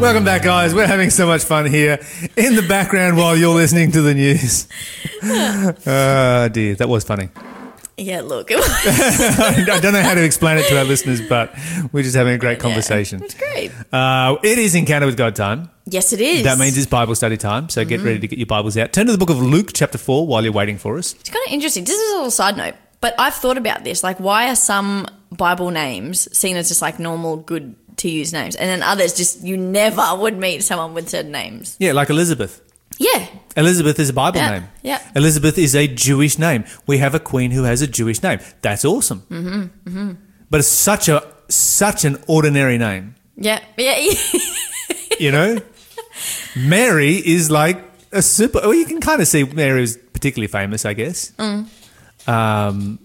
Welcome back, guys. We're having so much fun here in the background while you're listening to the news. Oh, dear. That was funny. Yeah, look, it was I don't know how to explain it to our listeners, but we're just having a great conversation. It's great. Uh, it is Encounter with God time. Yes, Mm-hmm. it is. That means it's Bible study time. So get ready to get your Bibles out. Turn to the book of Luke, chapter 4, while you're waiting for us. it's kind of interesting. This is a little side note, but I've thought about this. Like, why are some Bible names seen as just like normal, good to use names, and then others just you never would meet someone with certain names? Yeah, like Elizabeth. Yeah, Elizabeth is a Bible Yeah, name. yeah. Elizabeth is a Jewish name. We have a queen who has a Jewish name. That's awesome. Mm-hmm. Mm-hmm. But it's such a such an ordinary name. yeah, yeah. yeah. You know, Mary is like a super. Well, you can kind of see Mary was particularly famous, I guess. Mm. Um,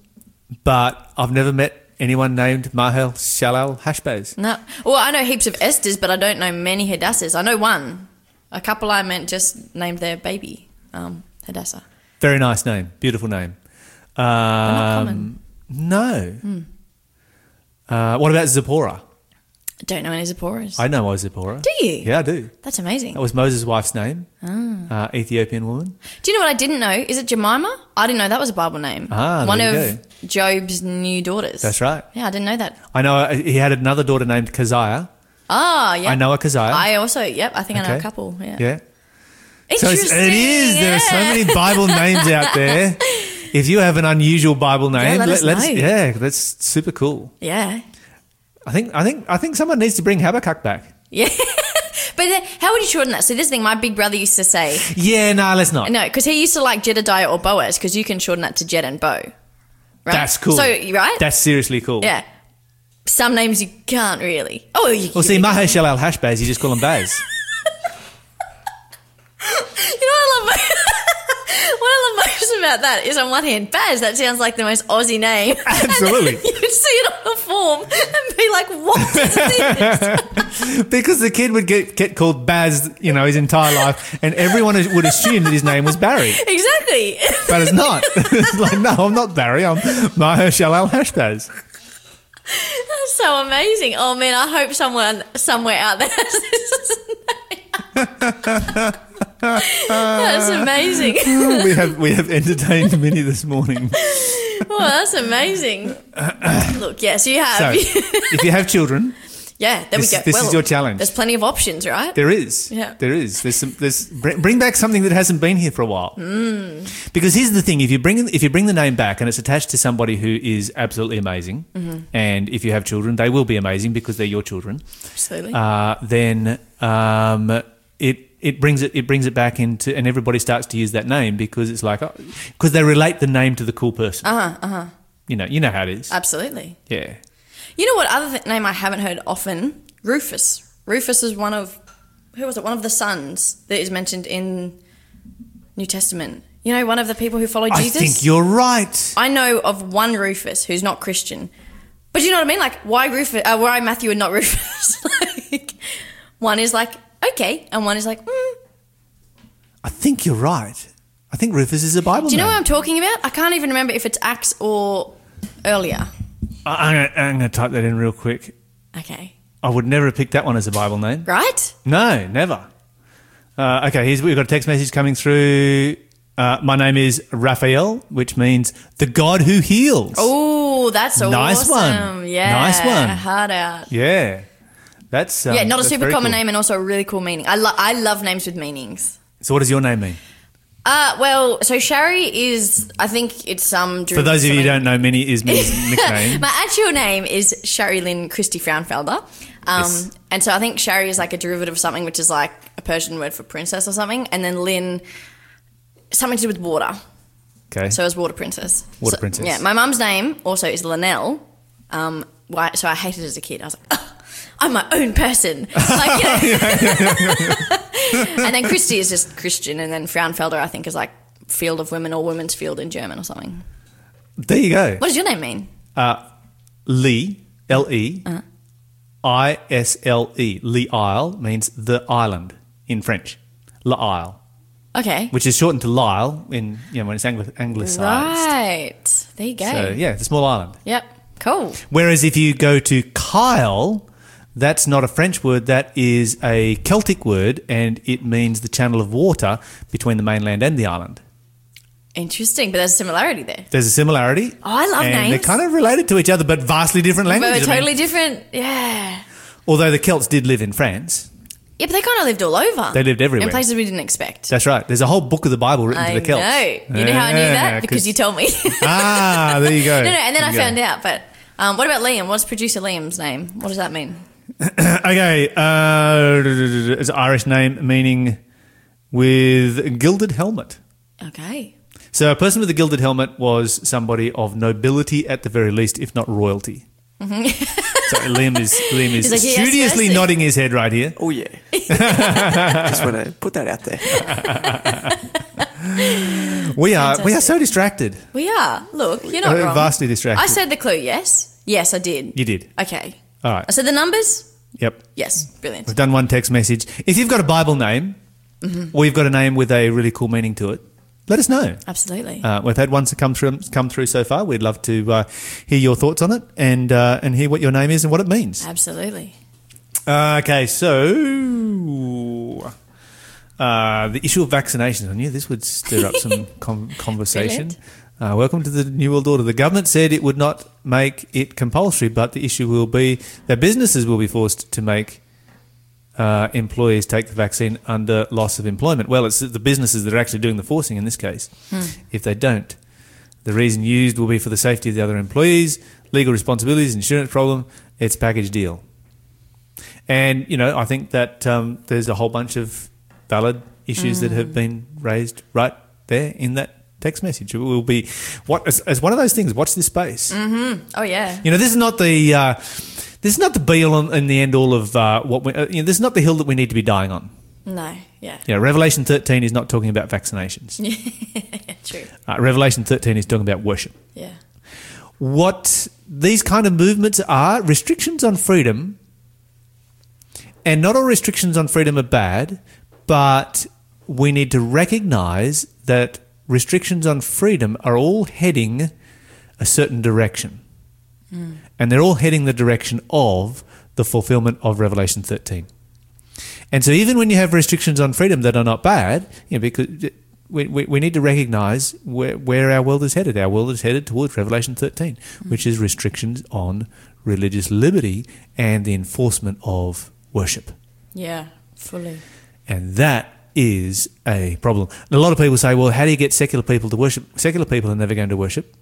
but I've never met anyone named Mahel Shalal Hashbaz. No. Well, I know heaps of Esters, but I don't know many Hadassahs. I know one. A couple I meant just named their baby um, Hadassah. Very nice name. Beautiful name. Um, common. Hmm. No. Uh, what about Zipporah? I don't know any Zipporahs. I know I was Zipporah. Do you? Yeah, I do. That's amazing. That was Moses' wife's name, Ah. uh, Ethiopian woman. Do you know what I didn't know? Is it Jemima? I didn't know that was a Bible name. Ah, there one you of Job's new daughters. That's right. Yeah, I didn't know that. I know uh, he had another daughter named Keziah. Ah, yeah. I know a Keziah. I also, yep, I think I know Okay. a couple. Yeah. yeah. So Interesting. it's, it is. There are so yeah. many Bible names out there. If you have an unusual Bible name, let us us know. yeah, that's super cool. Yeah. I think I think I think someone needs to bring Habakkuk back. Yeah. but then, how would you shorten that? So, this thing, my big brother used to say, Yeah, no, let's not. No, because he used to like Jedediah or Boaz because you can shorten that to Jed and Bo. Right? That's cool. So right? That's seriously cool. yeah. Some names you can't really. Oh, you. Well, see, Maheshal al Hashbaz, you just call him Baz. You know what I love. what I love most about that is, on one hand, Baz. That sounds like the most Aussie name. Absolutely. you would see it on the form and be like, "What is this?" Because the kid would get, get called Baz, you know, his entire life, and everyone would assume that his name was Barry, exactly. but it's not. it's like, no, I'm not Barry. I'm Mahershal Al Hashbaz. That's so amazing. Oh man, I hope someone somewhere out there has this name. That's amazing. We have we have entertained many this morning. Well, that's amazing. Look, yes, you So, have. if you have children, yeah, there this- we go. this is your challenge. There's plenty of options, right? there is, Yeah. there is, there's some, there's bring, bring back something that hasn't been here for a while. Mm. Because here's the thing: if you bring if you bring the name back and it's attached to somebody who is absolutely amazing, Mm-hmm. and if you have children, they will be amazing because they're your children. Absolutely. uh, then um, it it brings it it brings it back into and everybody starts to use that name because it's like because they relate the name to the cool person. Uh huh. Uh huh. Uh-huh, You know you know how it Uh, is. Absolutely. yeah. You know what other th- name I haven't heard often? Rufus. Rufus is one of who was it? One of the sons that is mentioned in New Testament. You know, one of the people who followed I Jesus. think you're right. I know of one Rufus who's not Christian. But you know what I mean? Like, why Rufus? Uh, why Matthew and not Rufus? like, one is like okay, and one is like. Mm, I think you're right. I think Rufus is a Bible Do you know name. what I'm talking about? I can't even remember if it's Acts or earlier. I, I'm gonna, I'm gonna type that in real quick. Okay. I would never have picked that one as a Bible name. Right? No, never. Uh, okay, here's we've got a text message coming through. Uh, my name is Raphael, which means the God who heals. Oh, that's awesome. Nice one. Yeah. Nice one. Hard out. Yeah, that's um, Yeah, not a that's super very common cool. name and also a really cool meaning. I, lo- I love names with meanings. So, what does your name mean? Uh, well, so Shari is, I think it's some. For those of you who don't know, Minnie is Minnie's nickname. My actual name is Shari Lynn Christie Fraunfelder. Um, Yes. And so I think Shari is like a derivative of something which is like a Persian word for princess or something. And then Lynn, something to do with water. Okay, So I was Water Princess. Water So- Princess. Yeah, my mum's name also is Linnell. Um, why, so I hated it as a kid. I was like, "Ugh, I'm my own person. Like, you know. and then Christy is just Christian, and then Frauenfelder, I think, is like Field of Women or Women's Field in German or something. there you go. What does your name mean? Lee L E Uh. I S L E Lee Isle means the island in French. La Isle, Okay. which is shortened to Lyle in you know when it's angli- anglicised. Right. There you go. So yeah, the small island. Yep. Cool. Whereas if you go to Kyle, That's not a French word. That is a Celtic word, and it means the channel of water between the mainland and the island. Interesting, but there's a similarity there. There's a similarity. Oh, I love and They're names. kind of related to each other, but vastly different But languages. we're I mean, totally different. Yeah. although the Celts did live in France. Yeah, but they kind of lived all over. They lived everywhere. In places we didn't expect. That's right. There's a whole book of the Bible written I to the Celts. know. You know how I knew Yeah, that? Because 'cause- you told me. ah, there you go. No, no, and then I found out. out. But um, what about Liam? What's producer Liam's name? What does that mean? Okay, uh, it's an Irish name meaning with gilded helmet. Okay. So a person with a gilded helmet was somebody of nobility at the very least, if not royalty. Sorry, Liam is Liam is Mm-hmm. He's like, yes, studiously yes. nodding his head right here. Oh yeah. Just want to put that out there. We are we are Fantastic. so distracted. We are. Look, you're not Uh, wrong. vastly distracted. I said the clue, yes? Yes, I did. You did. Okay. All right. I said the numbers? Yep. Yes. Brilliant. We've done one text message. If you've got a Bible name, Mm-hmm. we've got a name with a really cool meaning to it. Let us know. Absolutely. Uh, we've had ones that come through come through so far. We'd love to uh, hear your thoughts on it and uh, and hear what your name is and what it means. Absolutely. Uh, okay, so uh, the issue of vaccinations. I knew this would stir up some con conversation. Uh, Brilliant. welcome to the New World Order. The government said it would not make it compulsory, but the issue will be that businesses will be forced to make uh, employees take the vaccine under loss of employment. Well, it's the businesses that are actually doing the forcing in this case. If they don't, the reason used will be for the safety of the other employees, legal responsibilities, insurance problem. It's a package deal. And you know, I think that um, there's a whole bunch of valid issues that have been raised right there in that text message. It will be what as, as one of those things. Watch this space. Oh, yeah. You know, this is not the uh, this is not the be all and- and the end all of uh, what we. Uh, you know, this is not the hill that we need to be dying on. No. Yeah. You know, Revelation 13 is not talking about vaccinations. Yeah, true. Uh, Revelation 13 is talking about worship. Yeah. what these kind of movements are restrictions on freedom and not all restrictions on freedom are bad but we need to recognize that restrictions on freedom are all heading a certain direction and they're all heading the direction of the fulfillment of revelation 13 and so, even when you have restrictions on freedom that are not bad, you know, because we, we, we need to recognize where, where our world is headed. Our world is headed towards Revelation 13, which is restrictions on religious liberty and the enforcement of worship. Yeah. Fully. And that is a problem. And a lot of people say, well, how do you get secular people to worship? Secular people are never going to worship.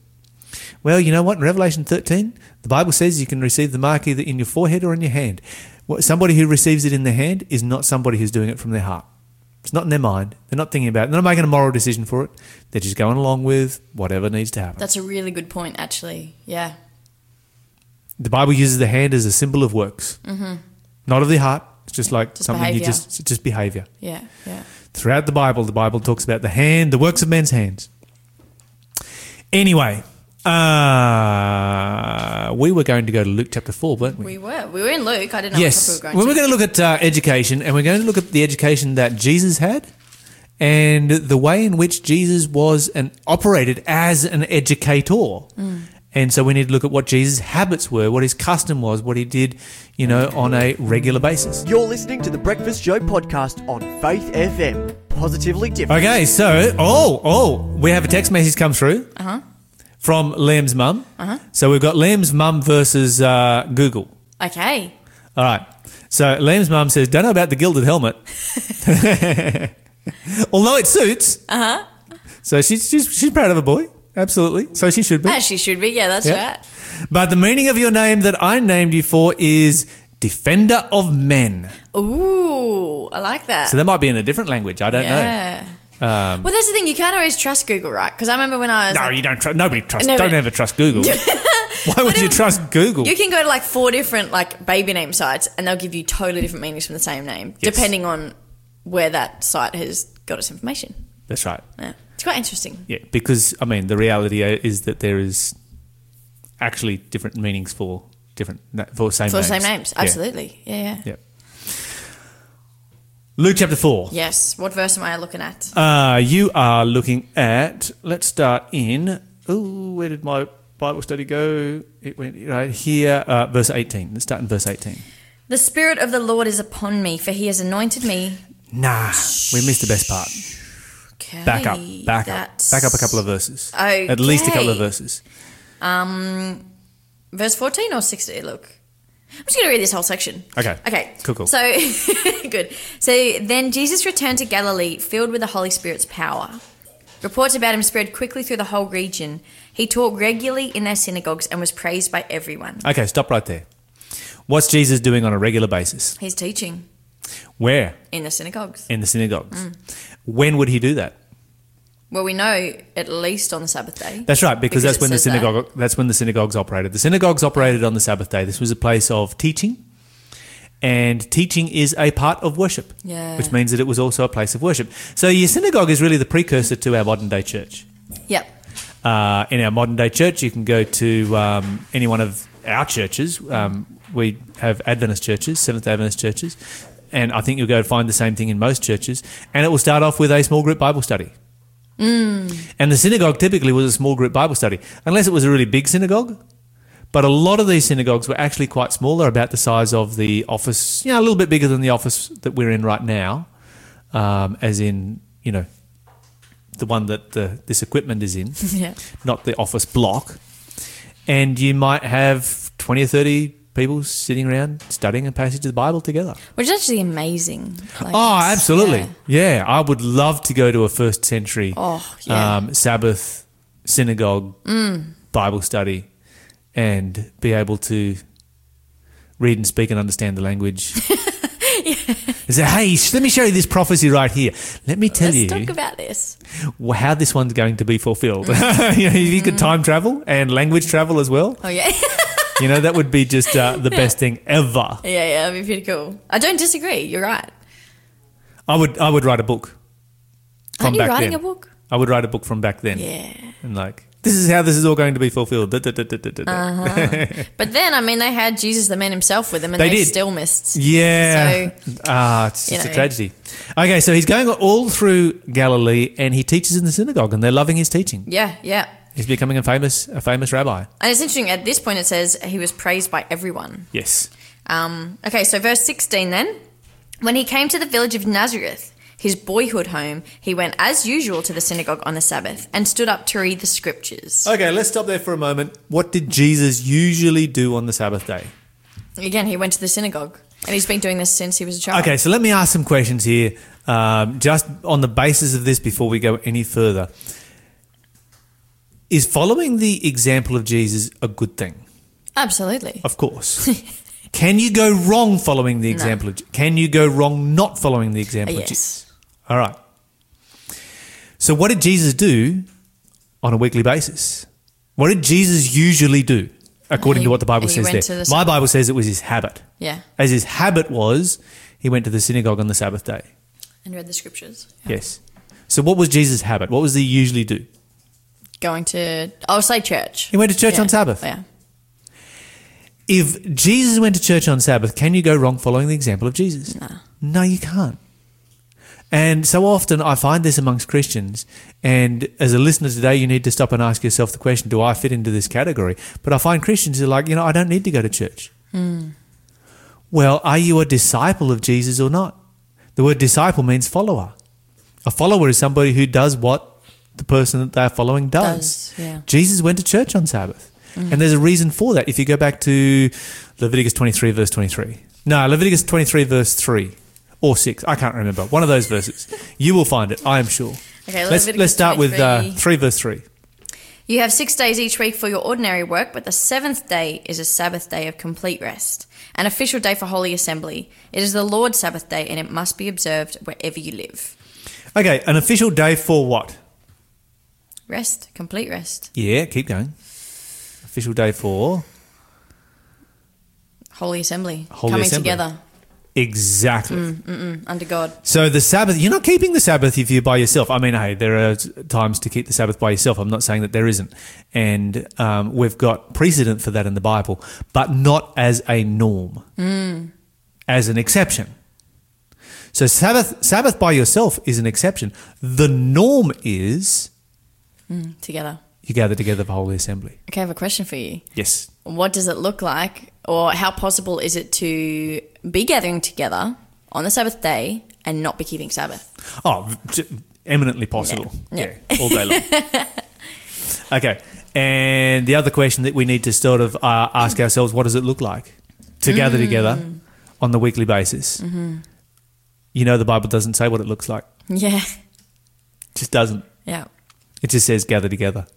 Well, you know what? In Revelation 13, the Bible says you can receive the mark either in your forehead or in your hand. What- Somebody who receives it in their hand is not somebody who's doing it from their heart. It's not in their mind. They're not thinking about it. They're not making a moral decision for it. They're just going along with whatever needs to happen. That's a really good point, actually. Yeah. the Bible uses the hand as a symbol of works, mm-hmm. not of the heart. It's just like Just something you behaviour. just, it's just behavior. Yeah. Yeah. Throughout the Bible, the Bible talks about the hand, the works of men's hands. Anyway, uh, we were going to go to Luke chapter 4, weren't we? We were. We were in Luke. I didn't know yes. what topic we well, were we're going to. going to look at uh, education, and we're going to look at the education that Jesus had and the way in which Jesus was and operated as an educator. Mm. And so we need to look at what Jesus' habits were, what his custom was, what he did, you know, on a regular basis. You're listening to the Breakfast Show podcast on Faith FM. Positively different. Okay, so oh oh, we have a text message come through from Liam's mum. So we've got Liam's mum versus uh, Google. Okay. All right. So Liam's mum says, "Don't know about the gilded helmet, although it suits." Uh huh. So she's, she's she's proud of her boy, absolutely. So she should be. As she should be. Yeah, that's Yeah. right. But the meaning of your name that I named you for is defender of men. Ooh, I like that. So that might be in a different language. I don't know. yeah. well, that's the thing. You can't always trust Google, right? Because I remember when I was. No, like- you don't trust. Nobody trusts. No, but- don't ever trust Google. Why would you if- trust Google? you can go to like four different like baby name sites, and they'll give you totally different meanings from the same name, Yes. depending on where that site has got its information. That's right. Yeah. It's quite interesting. Yeah, because I mean, the reality uh, is that there is actually different meanings for different na- for same For names. the same names, Yeah. absolutely. Yeah, yeah. Yeah. Luke chapter four. Yes. What verse am I looking at? Uh, you are looking at. Let's start in. Ooh, where did my Bible study go? It went right here, uh, verse eighteen. Let's start in verse eighteen. The Spirit of the Lord is upon me, for he has anointed me. Nah, we missed the best part. Okay, Back up, back up, that's- back up a couple of verses. Okay. At least a couple of verses. Verse 14 or 60, look. I'm just going to read this whole section. Okay. Okay. Cool, cool. So, good. So then Jesus returned to Galilee, filled with the Holy Spirit's power. Reports about him spread quickly through the whole region. He taught regularly in their synagogues and was praised by everyone. Okay, stop right there. What's Jesus doing on a regular basis? He's teaching Where? in the synagogues. In the synagogues. When would he do that? Well, we know at least on the Sabbath day. That's right, because, Because that's it when the says that. synagogue that's when the synagogues operated. The synagogues operated on the Sabbath day. This was a place of teaching. And teaching is a part of worship. Yeah. Which means that it was also a place of worship. So your synagogue is really the precursor to our modern day church. Yep. Uh, in our modern day church, you can go to um, any one of our churches. Um, we have Adventist churches, Seventh day Adventist churches, and I think you'll go find the same thing in most churches. And it will start off with a small group Bible study. And the synagogue typically was a small group Bible study, unless it was a really big synagogue. But a lot of these synagogues were actually quite small. They're about the size of the office, you know, a little bit bigger than the office that we're in right now, um, as in, you know, the one that the, this equipment is in Yeah. not the office block. And you might have 20 or 30 people sitting around studying a passage of the Bible together. Which is actually amazing. Like, Oh, it's- absolutely. yeah. Yeah. I would love to go to a first century Oh, yeah. Mm. um, Sabbath synagogue Bible study and be able to read and speak and understand the language. Say, hey, sh- let me show you this prophecy right here. Let me tell Let's you talk about this. wh- how this one's going to be fulfilled. you know, if you Mm. could time travel and language travel as well, Oh, yeah. you know, that would be just uh, the best thing ever. yeah, yeah. That'd be pretty cool. I don't disagree. You're right. I would, I would write a book from Aren't you back writing then. a book? I would write a book from back then. Yeah. And like, this is how this is all going to be fulfilled. Da, da, da, da, da, da. Uh-huh. But then, I mean, they had Jesus the man himself with them and They they, did. still missed. Yeah. ah, it's you just a know. tragedy. Okay, so he's going all through Galilee and he teaches in the synagogue and they're loving his teaching. Yeah, yeah. He's becoming a famous, a famous rabbi. And it's interesting, at this point, it says he was praised by everyone. Yes. Um, okay, so verse 16 then. When he came to the village of Nazareth, his boyhood home, he went as usual to the synagogue on the Sabbath and stood up to read the scriptures. Okay, let's stop there for a moment. What did Jesus usually do on the Sabbath day? Again, he went to the synagogue and he's been doing this since he was a child. Okay, so let me ask some questions here, um, just on the basis of this before we go any further. Is following the example of Jesus a good thing? Absolutely. Of course. Can you go wrong following the example of Je- Can you go wrong not following the example of Jesus? Yes. All right. So, what did Jesus do on a weekly basis? What did Jesus usually do, according He- to what the Bible he says went there? to the My Bible says it was his habit. Yeah. As his habit was, he went to the synagogue on the Sabbath day. And read the scriptures. Yes. So, what was Jesus' habit? What was he usually do? Going to, I'll say church. He went to church Yeah. on Sabbath. Yeah. If Jesus went to church on Sabbath, can you go wrong following the example of Jesus? No. No, you can't. And so often I find this amongst Christians. And as a listener today, you need to stop and ask yourself the question do I fit into this category? But I find Christians are like, you know, I don't need to go to church. Well, are you a disciple of Jesus or not? The word disciple means follower. A follower is somebody who does what the person that they're following does. Does, yeah. Mm. Jesus went to church on Sabbath. And there's a reason for that. If you go back to Leviticus 23, verse 23. No, Leviticus 23, verse 3 or 6. I can't remember. One of those verses. You will find it, I am sure. Okay, let's, Leviticus let's start with uh, 23. 3, verse 3. You have six days each week for your ordinary work, but the seventh day is a Sabbath day of complete rest, an official day for Holy Assembly. It is the Lord's Sabbath day, and it must be observed wherever you live. Okay, an official day for what? Rest, complete rest, Yeah, keep going. Official day for. Holy Assembly, Holy coming Assembly. together Exactly. Hmm. under God. So the Sabbath, you're not keeping the Sabbath if you're by yourself. I mean, hey, there are times to keep the Sabbath by yourself. I'm not saying that there isn't, and um, we've got precedent for that in the Bible, but not as a norm, as an exception. So Sabbath, Sabbath by yourself is an exception. The norm is Together, you gather together the whole assembly. Okay, I have a question for you. Yes. What does it look like, or how possible is it to be gathering together on the Sabbath day and not be keeping Sabbath? Oh, j- eminently possible. Yeah. all day long. okay. And the other question that we need to sort of uh, ask ourselves what does it look like to Mm. gather together on the weekly basis? Mm-hmm. You know, the Bible doesn't say what it looks like, Yeah, it just doesn't. yeah, It just says gather together.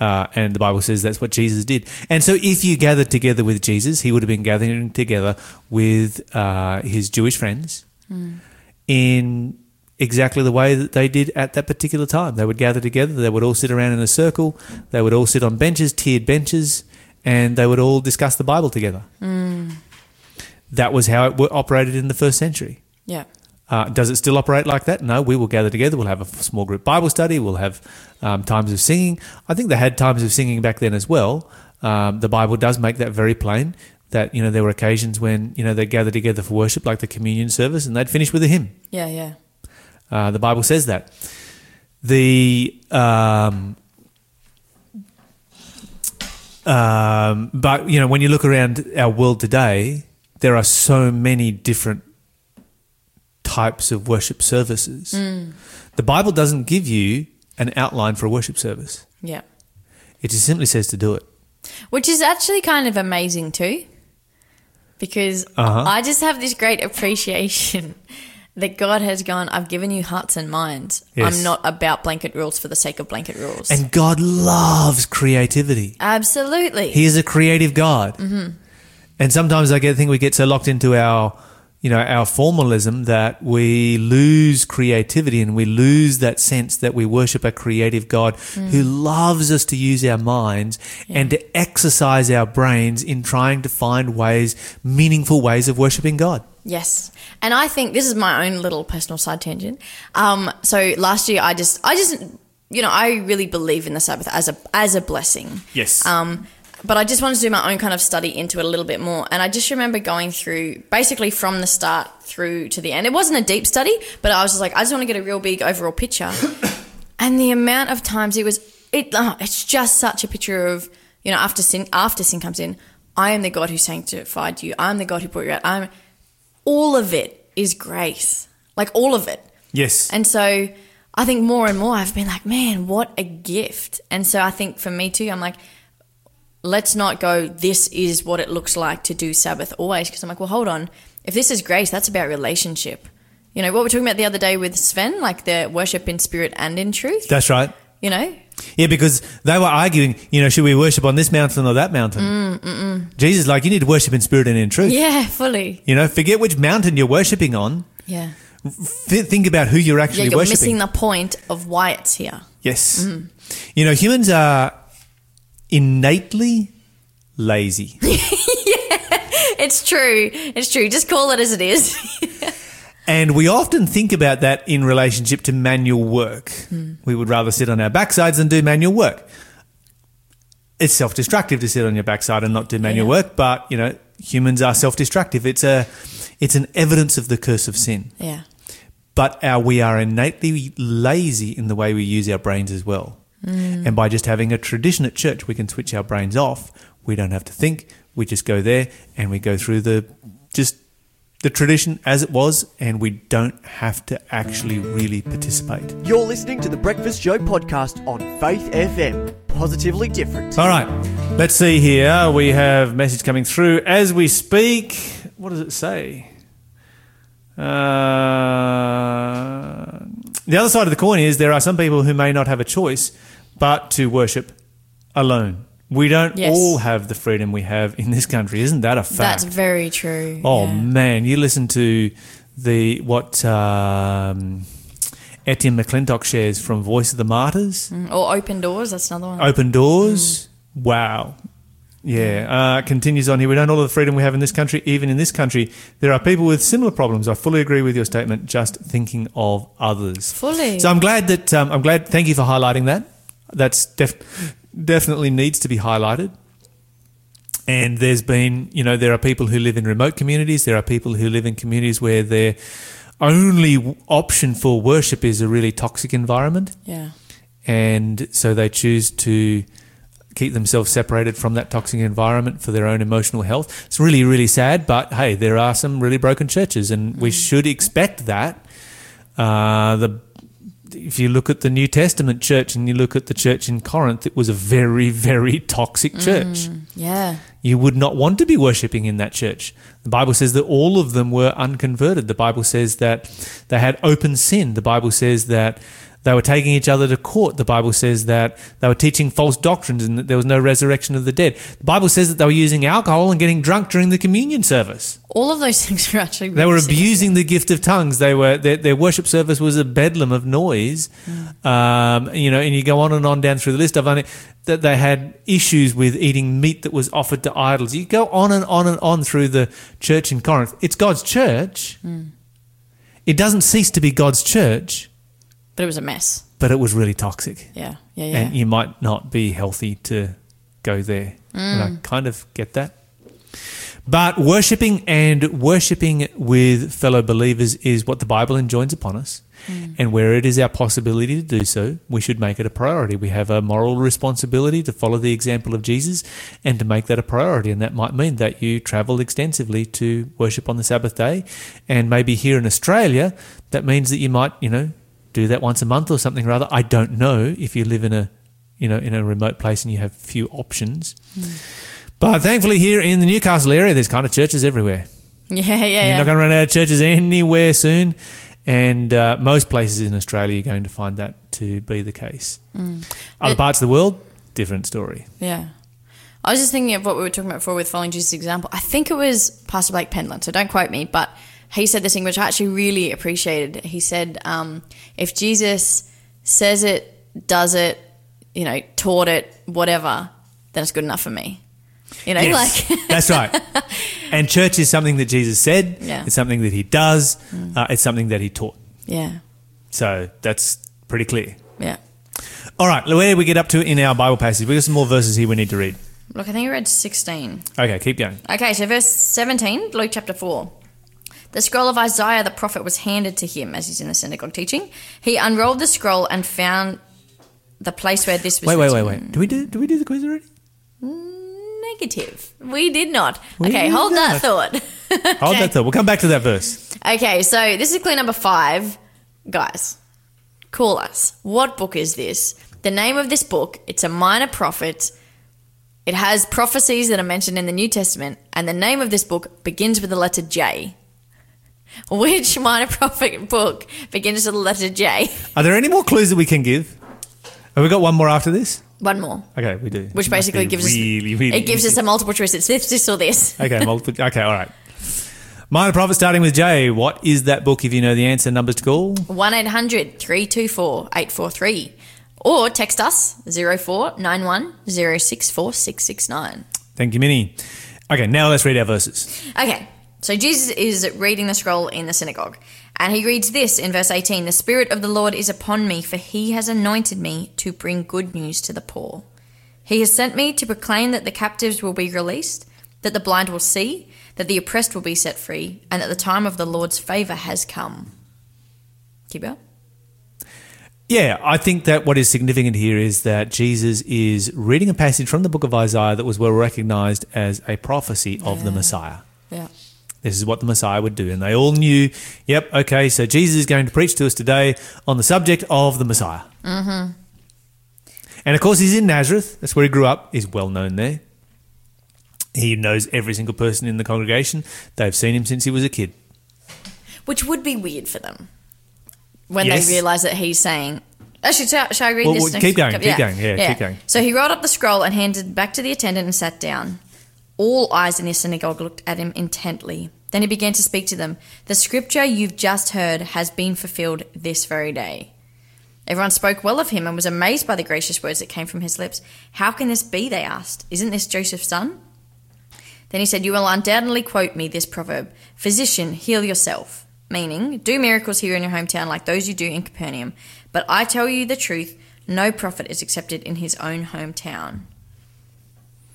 Uh, and the Bible says that's what Jesus did. And so if you gathered together with Jesus, he would have been gathering together with uh, his Jewish friends in exactly the way that they did at that particular time. They would gather together, they would all sit around in a circle, they would all sit on benches, tiered benches, and they would all discuss the Bible together. That was how it wo- operated in the first century. yeah. Uh, does it still operate like that? No, we will gather together. We'll have a f- small group Bible study. We'll have um, times of singing. I think they had times of singing back then as well. Um, the Bible does make that very plain that, you know, there were occasions when, you know, they gathered together for worship, like the communion service, and they'd finish with a hymn. Yeah, yeah. Uh, the Bible says that. The um, um, but you know when you look around our world today, there are so many different types of worship services. The Bible doesn't give you an outline for a worship service. Yeah. It just simply says to do it. Which is actually kind of amazing too, because Uh-huh. I just have this great appreciation that God has gone, I've given you hearts and minds. Yes. I'm not about blanket rules for the sake of blanket rules. And God loves creativity. Absolutely. He is a creative God. Mm-hmm. And sometimes I get think we get so locked into our you know our formalism that we lose creativity and we lose that sense that we worship a creative God Mm. who loves us to use our minds and to exercise our brains in trying to find ways meaningful ways of worshiping God. Yes, and I think this is my own little personal side tangent. Um, so last year, I just, I just, you know, I really believe in the Sabbath as a as a blessing. Yes. Um, but I just wanted to do my own kind of study into it a little bit more, and I just remember going through basically from the start through to the end. It wasn't a deep study, but I was just like, I just want to get a real big overall picture. and the amount of times it was, it, oh, it's just such a picture of, you know, after sin, after sin comes in, I am the God who sanctified you. I am the God who brought you out. I'm all of it is grace, like all of it. yes. And so I think more and more I've been like, man, what a gift. And so I think for me too, I'm like, let's not go, this is what it looks like to do Sabbath always. Because I'm like, well, hold on. If this is grace, that's about relationship. You know, what we were talking about the other day with Sven, like the worship in spirit and in truth, That's right. you know? Yeah, because they were arguing, you know, should we worship on this mountain or that mountain? Mm, Jesus like you need to worship in spirit and in truth. Yeah, fully. You know, forget which mountain you're worshiping on. Yeah. Th- think about who you're Yeah, actually you're worshiping. missing Mm-hmm. the point of why it's here. yes. You know, humans are innately lazy. It's true. It's true. Just call it as it is. and we often think about that in relationship to manual work. Hmm. We would rather sit on our backsides than do manual work. It's self destructive to sit on your backside and not do manual Yeah. work, but you know, humans are self destructive. It's a it's an evidence of the curse of sin. yeah. but our, we are innately lazy in the way we use our brains as well. And by just having a tradition at church, we can switch our brains off. We don't have to think. We just go there and we go through the just the tradition as it was, and we don't have to actually really participate. You're listening to the Breakfast Show podcast on Faith FM. Positively different. All right, let's see here. We have message coming through as we speak. What does it say? Uh, the other side of the coin is there are some people who may not have a choice but to worship alone. We don't Yes. all have the freedom we have in this country. Isn't that a fact? That's very true. Oh yeah. man, you listen to the what um, Etienne McClintock shares from Voice of the Martyrs. Mm. Or open doors, that's another one. Open doors. Wow. Yeah. Uh, continues on here. We don't all have the freedom we have in this country. Even in this country, there are people with similar problems. I fully agree with your statement. Just thinking of others. Fully. So I'm glad that um, I'm glad. Thank you for highlighting that. That's def- definitely needs to be highlighted. And there's been, you know, there are people who live in remote communities. There are people who live in communities where their only w- option for worship is a really toxic environment yeah. and so they choose to keep themselves separated from that toxic environment for their own emotional health. It's really, really sad, but hey, there are some really broken churches, and we should expect that. Uh, the if you look at the New Testament church and you look at the church in Corinth, it was a very, very toxic church. Yeah. You would not want to be worshipping in that church. The Bible says that all of them were unconverted. The Bible says that they had open sin. The Bible says that they were taking each other to court. The Bible says that they were teaching false doctrines and that there was no resurrection of the dead. The Bible says that they were using alcohol and getting drunk during the communion service. All of those things are actually They were really serious. abusing the gift of tongues. They were their, their worship service was a bedlam of noise, um, you know. And you go on and on down through the list. I've only that they had issues with eating meat that was offered to idols. You go on and on and on through the church in Corinth. It's God's church. It doesn't cease to be God's church, But it was a mess. but it was really toxic, Yeah. Yeah. Yeah. and you might not be healthy to go there. And I kind of get that. But worshipping and worshipping with fellow believers is what the Bible enjoins upon us. And where it is our possibility to do so, we should make it a priority. We have a moral responsibility to follow the example of Jesus and to make that a priority. And that might mean that you travel extensively to worship on the Sabbath day. And maybe here in Australia, that means that you might, you know, do that once a month or something rather. I don't know if you live in a, you know, in a remote place and you have few options. But thankfully, here in the Newcastle area, there's kind of churches everywhere. yeah. Yeah. You're Yeah. not going to run out of churches anywhere soon. And uh, most places in Australia, you're going to find that to be the case. Mm. Other It- parts of the world, different story. Yeah. I was just thinking of what we were talking about before with following Jesus' example. I think it was Pastor Blake Pendleton, so don't quote me, but he said this thing which I actually really appreciated. He said, um, if Jesus says it, does it, you know, taught it, whatever, then it's good enough for me. You know, like that's right. And church is something that Jesus said. Yeah. Mm. It's something that he does. Uh, it's something that he taught. Yeah. So that's pretty clear. Yeah. All right, where do we get up to in our Bible passage? We've got some more verses here we need to read. Look, I think I read sixteen. Okay, keep going. Okay, so verse 17, Luke chapter 4. The scroll of Isaiah the prophet was handed to him as he's in the synagogue teaching. He unrolled the scroll and found the place where this was Wait, wait, wait, written. wait. Do we do? Do we do the quiz already? Negative. We did not. We okay, did hold that not. thought. Hold that thought. We'll come back to that verse. Okay, so this is clue number five. Guys, call us. What book is this? The name of this book, it's a minor prophet. It has prophecies that are mentioned in the New Testament, and the name of this book begins with the letter J. Which minor prophet book begins with the letter J? Are there any more clues that we can give? Have we got one more after this? One more, Okay, we do. which It must basically be gives really, us really it gives easy. us a multiple choice. It's this, this, or this. okay, multiple. Okay, all right. Minor prophet starting with J. What is that book? If you know the answer, numbers to call. 1800 324 843 or text us 0491 064 669. Thank you, Minnie. Okay, now let's read our verses. Okay, so Jesus is reading the scroll in the synagogue, and he reads this in verse 18 The Spirit of the Lord is upon me, for he has anointed me to bring good news to the poor. He has sent me to proclaim that the captives will be released, that the blind will see, that the oppressed will be set free, and that the time of the Lord's favour has come. Keep going. Yeah, I think that what is significant here is that Jesus is reading a passage from the book of Isaiah that was well recognized as a prophecy of the Messiah. Yeah. This is what the Messiah would do. And they all knew, yep, okay, so Jesus is going to preach to us today on the subject of the Messiah. Mm-hmm. And of course, he's in Nazareth. That's where he grew up. He's well known there. He knows every single person in the congregation. They've seen him since he was a kid. Which would be weird for them when Yes. they realise that he's saying. Actually, shall, shall I read Well, this? well, next- keep going, keep going, yeah, keep going. So he rolled up the scroll and handed it back to the attendant and sat down. All eyes in the synagogue looked at him intently. Then he began to speak to them. The scripture you've just heard has been fulfilled this very day. Everyone spoke well of him and was amazed by the gracious words that came from his lips. How can this be? They asked. Isn't this Joseph's son? Then he said, You will undoubtedly quote me this proverb Physician, heal yourself. Meaning, do miracles here in your hometown like those you do in Capernaum. But I tell you the truth, no prophet is accepted in his own hometown.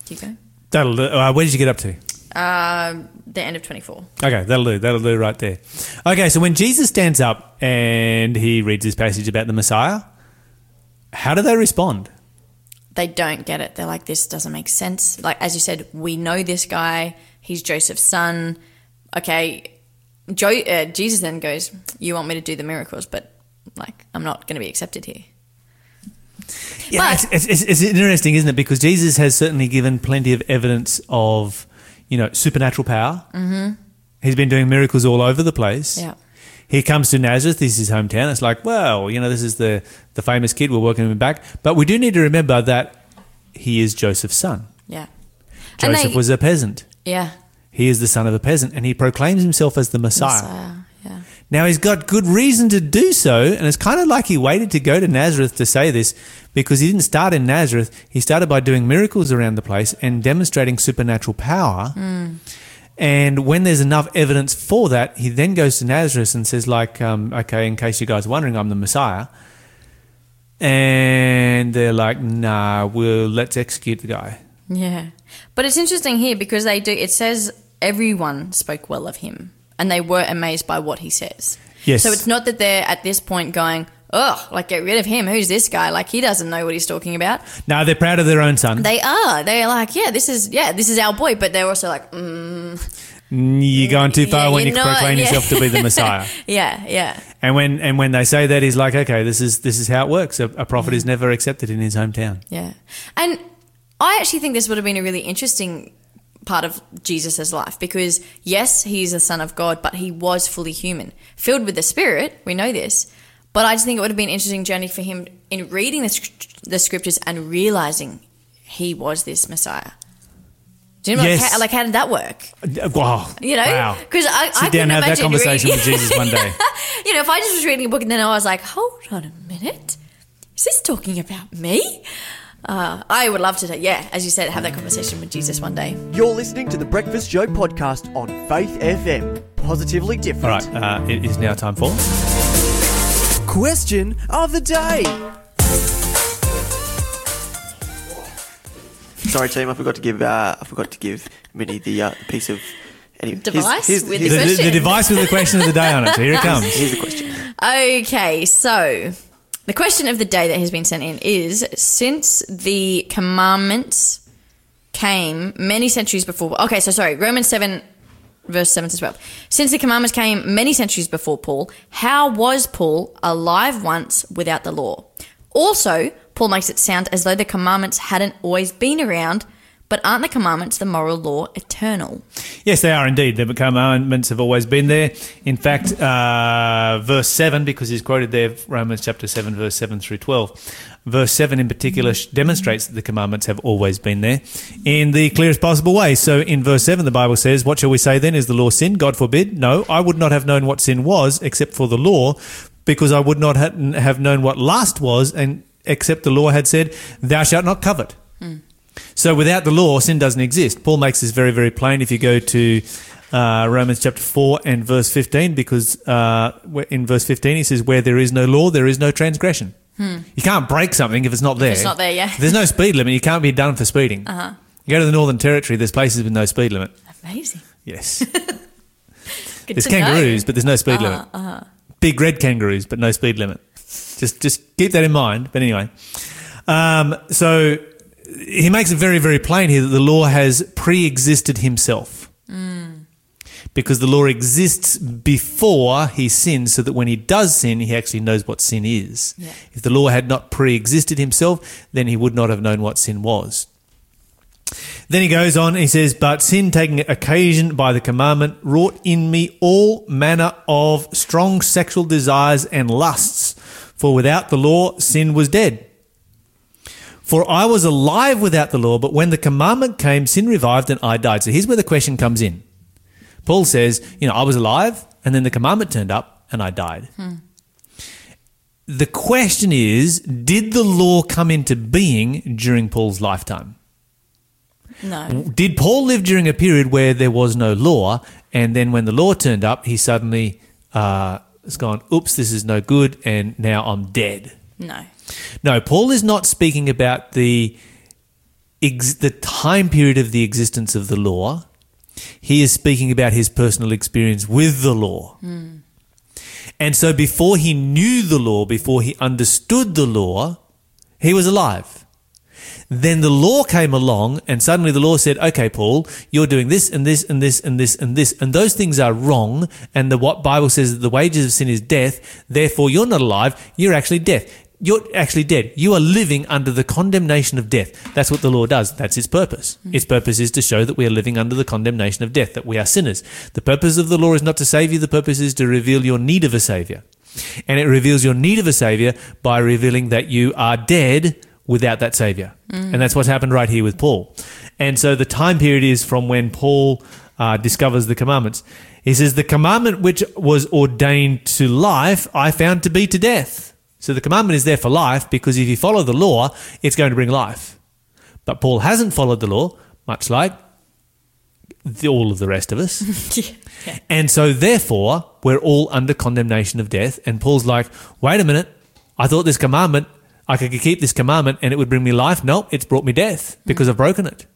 Keep going. That'll do. Uh, where did you get up to? Um, the end of 24. Okay, that'll do. That'll do right there. Okay, so when Jesus stands up and he reads this passage about the Messiah, How do they respond? they don't get it. They're like, this doesn't make sense. Like, as you said, we know this guy. He's Joseph's son. Okay. Jo- uh, Jesus then goes, You want me to do the miracles, but like, I'm not going to be accepted here. Yeah, But- it's, it's, it's interesting, isn't it? Because Jesus has certainly given plenty of evidence of, you know, supernatural power. Mm-hmm. He's been doing miracles all over the place. Yeah. He comes to Nazareth, this is his hometown. It's like, well, you know, this is the, the famous kid. We're welcoming him back. But we do need to remember that he is Joseph's son. Yeah. And Joseph they- was a peasant. Yeah. He is the son of a peasant, and he proclaims himself as the Messiah. Messiah, yeah. Now he's got good reason to do so, and it's kind of like he waited to go to Nazareth to say this because he didn't start in Nazareth. He started by doing miracles around the place and demonstrating supernatural power. Hmm. And when there's enough evidence for that, he then goes to Nazareth and says, like, um, okay, in case you guys are wondering, I'm the Messiah. And they're like, nah, we'll let's execute the guy. Yeah. But it's interesting here because they do, it says everyone spoke well of him and they were amazed by what he says. Yes. So it's not that they're at this point going, Oh, like get rid of him. Who's this guy? Like he doesn't know what he's talking about. Now they're proud of their own son. They are. They're like, yeah, this is yeah, this is our boy. But they're also like, mm, You're going too far Yeah, when you you know it, proclaim yeah. yourself to be the Messiah. yeah, yeah, And when and when they say that, he's like, okay, this is this is how it works. A, a prophet is never accepted in his hometown. yeah. And I actually think this would have been a really interesting part of Jesus's life because yes, he's the son of God, but he was fully human, filled with the Spirit. We know this. But I just think it would have been an interesting journey for him in reading the, script- the scriptures and realizing he was this Messiah. Do you know Yes. like, how, like how did that work? Wow, You know, wow. because I, Sit I down, couldn't have that imagine conversation reading- with Jesus one day. you know, if I just was reading a book and then I was like, hold on a minute, is this talking about me? Uh, I would love to, ta- yeah, as you said, have that conversation with Jesus one day. You're listening to the Breakfast Show podcast on Faith FM. Positively different. All right, uh, it is now time for. Question of the day. Sorry, team, I forgot to give uh, I forgot to give Minnie the uh, piece of anyway, here's- Device here's- with The, here's- the the, the question. device with the question of the day on it. So here it comes. here's the question. Okay, so the question of the day that has been sent in is since the commandments came many centuries before. Okay, so sorry, Romans 7, verse 7 to 12. Since the commandments came many centuries before Paul, how was Paul alive once without the law? Also, Paul makes it sound as though the commandments hadn't always been around, but aren't the commandments, the moral law, eternal? Yes, they are indeed. The commandments have always been there. In fact, uh, verse 7, because he's quoted there, Romans chapter 7, verse 7 through 12. Verse 7 in particular sh- demonstrates that the commandments have always been there in the clearest possible way. So in verse 7, the Bible says, What shall we say then? Is the law sin? God forbid. No, I would not have known what sin was except for the law, because I would not ha- have known what lust was, and except the law had said, Thou shalt not covet. So without the law, sin doesn't exist. Paul makes this very, very plain if you go to uh, Romans chapter 4 and verse 15, because uh, where- in verse 15 he says, Where there is no law, there is no transgression. You can't break something if it's not there. Hmm. it's not there, yeah. There's no speed limit. You can't be done for speeding. Uh-huh. You go to the Northern Territory, there's places with no speed limit. Amazing. Yes. Good there's to know. Uh-huh, kangaroos, but there's no speed limit. Big red kangaroos, but no speed limit. Just just keep that in mind. But anyway, um, so he makes it very very plain here that the law has pre-existed himself. Because the law exists before he sins, so that when he does sin, he actually knows what sin is. Yeah. If the law had not pre existed himself, then he would not have known what sin was. Then he goes on, he says, But sin taking occasion by the commandment wrought in me all manner of strong sexual desires and lusts, for without the law sin was dead. For I was alive without the law, but when the commandment came, sin revived and I died. So here's where the question comes in. Paul says, You know, I was alive, and then the commandment turned up and I died. The question is, did the law come into being during Paul's lifetime? No. Did Paul live during a period where there was no law, and then when the law turned up, he suddenly uh, has gone, "Oops, this is no good," and now I'm dead. No. No, Paul is not speaking about the ex- the time period of the existence of the law. He is speaking about his personal experience with the law. And so before he knew the law, before he understood the law, He was alive. Then the law came along, and suddenly the law said, "Okay, Paul, you're doing this and this and this and this and this, and those things are wrong." And the what Bible says that the wages of sin is death. Therefore, you're not alive. You're actually death. You're actually dead. You are living under the condemnation of death. That's what the law does. That's its purpose. Its purpose is to show that we are living under the condemnation of death, that we are sinners. The purpose of the law is not to save you. The purpose is to reveal your need of a savior. And it reveals your need of a savior by revealing that you are dead without that savior. And that's what's happened right here with Paul. And so the time period is from when Paul uh, discovers the commandments. He says, The commandment which was ordained to life, I found to be to death. So the commandment is there for life because if you follow the law, it's going to bring life. But Paul hasn't followed the law, much like the, all of the rest of us. Yeah. And so, therefore, we're all under condemnation of death. And Paul's like, wait a minute. I thought this commandment, I could keep this commandment and it would bring me life. Nope, it's brought me death because I've broken it.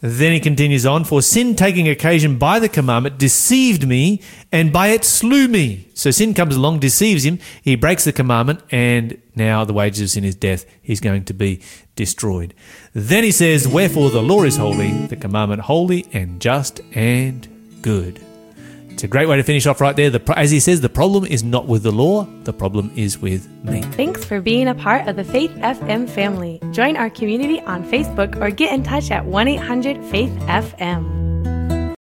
Then he continues on, for sin taking occasion by the commandment deceived me, and by it slew me. So sin comes along, deceives him, he breaks the commandment, and now the wages of sin is death. He's going to be destroyed. Then he says, Wherefore the law is holy, the commandment holy and just and good. It's a great way to finish off right there. The, pro- as he says, the problem is not with the law, the problem is with me. Thanks for being a part of the Faith FM family. Join our community on Facebook or get in touch at 1 800 Faith FM.